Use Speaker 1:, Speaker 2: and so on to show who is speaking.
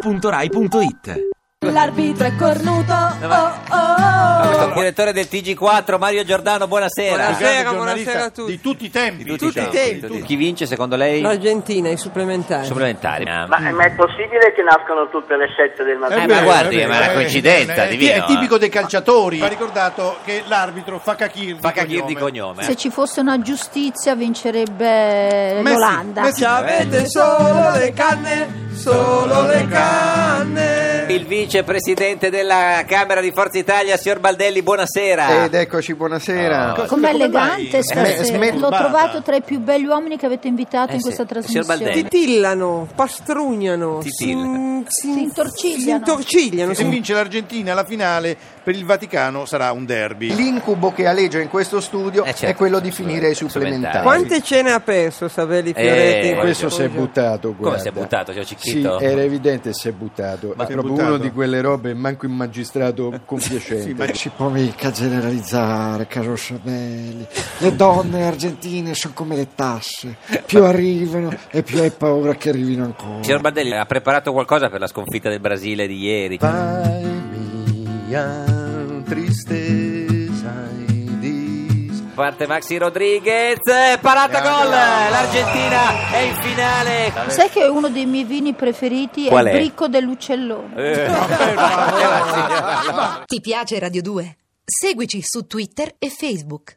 Speaker 1: radio2pod.rai.it
Speaker 2: L'arbitro è cornuto. Oh, oh, oh.
Speaker 3: Il direttore del TG4, Mario Giordano, buonasera.
Speaker 4: Buonasera,
Speaker 5: giornalista
Speaker 4: buonasera a tutti.
Speaker 5: Di tutti i tempi.
Speaker 3: Di
Speaker 4: tutti i
Speaker 3: diciamo,
Speaker 4: tempi,
Speaker 3: di
Speaker 4: tutti.
Speaker 3: Chi vince secondo lei?
Speaker 4: L'Argentina, i supplementari.
Speaker 3: Supplementari.
Speaker 6: Ma, ma è possibile che nascano tutte le sette del
Speaker 3: Eh,
Speaker 6: mattino?
Speaker 3: ma
Speaker 5: vero,
Speaker 3: guardi,
Speaker 5: è vero,
Speaker 3: ma è una
Speaker 5: eh,
Speaker 3: coincidenza,
Speaker 5: è- è-
Speaker 3: divino,
Speaker 5: È tipico dei calciatori.
Speaker 7: Va
Speaker 5: eh. Va ricordato che l'arbitro fa cacchir di
Speaker 3: Fakakir di
Speaker 5: cognome.
Speaker 3: cognome.
Speaker 8: Se ci fosse una giustizia vincerebbe
Speaker 5: Messi,
Speaker 8: l'Olanda. Cioè,
Speaker 5: Messi.
Speaker 4: Ci
Speaker 3: eh,
Speaker 4: avete solo le canne, solo le canne.
Speaker 3: Il vicepresidente della Camera di Forza Italia, signor Baldelli, buonasera.
Speaker 9: Ed eccoci, buonasera.
Speaker 3: Oh.
Speaker 8: Com'è
Speaker 5: Come
Speaker 8: elegante
Speaker 5: mai?
Speaker 8: stasera.
Speaker 9: Eh, smet-
Speaker 8: L'ho
Speaker 5: smet-
Speaker 8: trovato tra i più belli uomini che avete invitato
Speaker 3: Eh
Speaker 8: in
Speaker 3: sì.
Speaker 8: questa
Speaker 3: Signor Baldelli.
Speaker 8: trasmissione.
Speaker 4: Titillano, pastrugnano,
Speaker 3: Titillano.
Speaker 4: si,
Speaker 8: Si intorcigliano.
Speaker 4: si intorcigliano,
Speaker 5: Se
Speaker 4: si-
Speaker 5: vince l'Argentina alla finale per il Vaticano sarà un derby.
Speaker 9: L'incubo che aleggia in questo studio
Speaker 3: Eh, certo.
Speaker 9: è quello di finire i
Speaker 3: Supplementari.
Speaker 9: supplementari.
Speaker 4: Quante cene ha perso Savelli Fioretti?
Speaker 3: Eh,
Speaker 4: in
Speaker 3: questo
Speaker 4: questo
Speaker 3: si
Speaker 4: gioco?
Speaker 7: buttato.
Speaker 3: si è buttato, signor
Speaker 7: Sì,
Speaker 3: Cicchitto?
Speaker 7: era evidente si è buttato.
Speaker 5: Ma
Speaker 7: è
Speaker 5: si è
Speaker 7: proprio
Speaker 5: buttato?
Speaker 7: uno di quelle robe, manco un magistrato compiacente.
Speaker 5: Sì, ma-
Speaker 9: Non si può mica generalizzare, caro Scianelli. Le donne argentine sono come le tasse. Più arrivano e più hai paura che arrivino
Speaker 3: Signor
Speaker 9: ancora.
Speaker 3: Baldelli, ha preparato qualcosa per la sconfitta del Brasile di ieri?
Speaker 7: Vai mia tristezza e dis-
Speaker 3: Parte Maxi Rodriguez, eh, parata gol! L'Argentina è in finale.
Speaker 8: Sai che uno dei miei vini preferiti
Speaker 3: Qual
Speaker 8: è
Speaker 3: è?
Speaker 8: il bricco dell'uccellone.
Speaker 3: Eh,
Speaker 10: Ti piace Radio 2? Seguici su Twitter e Facebook.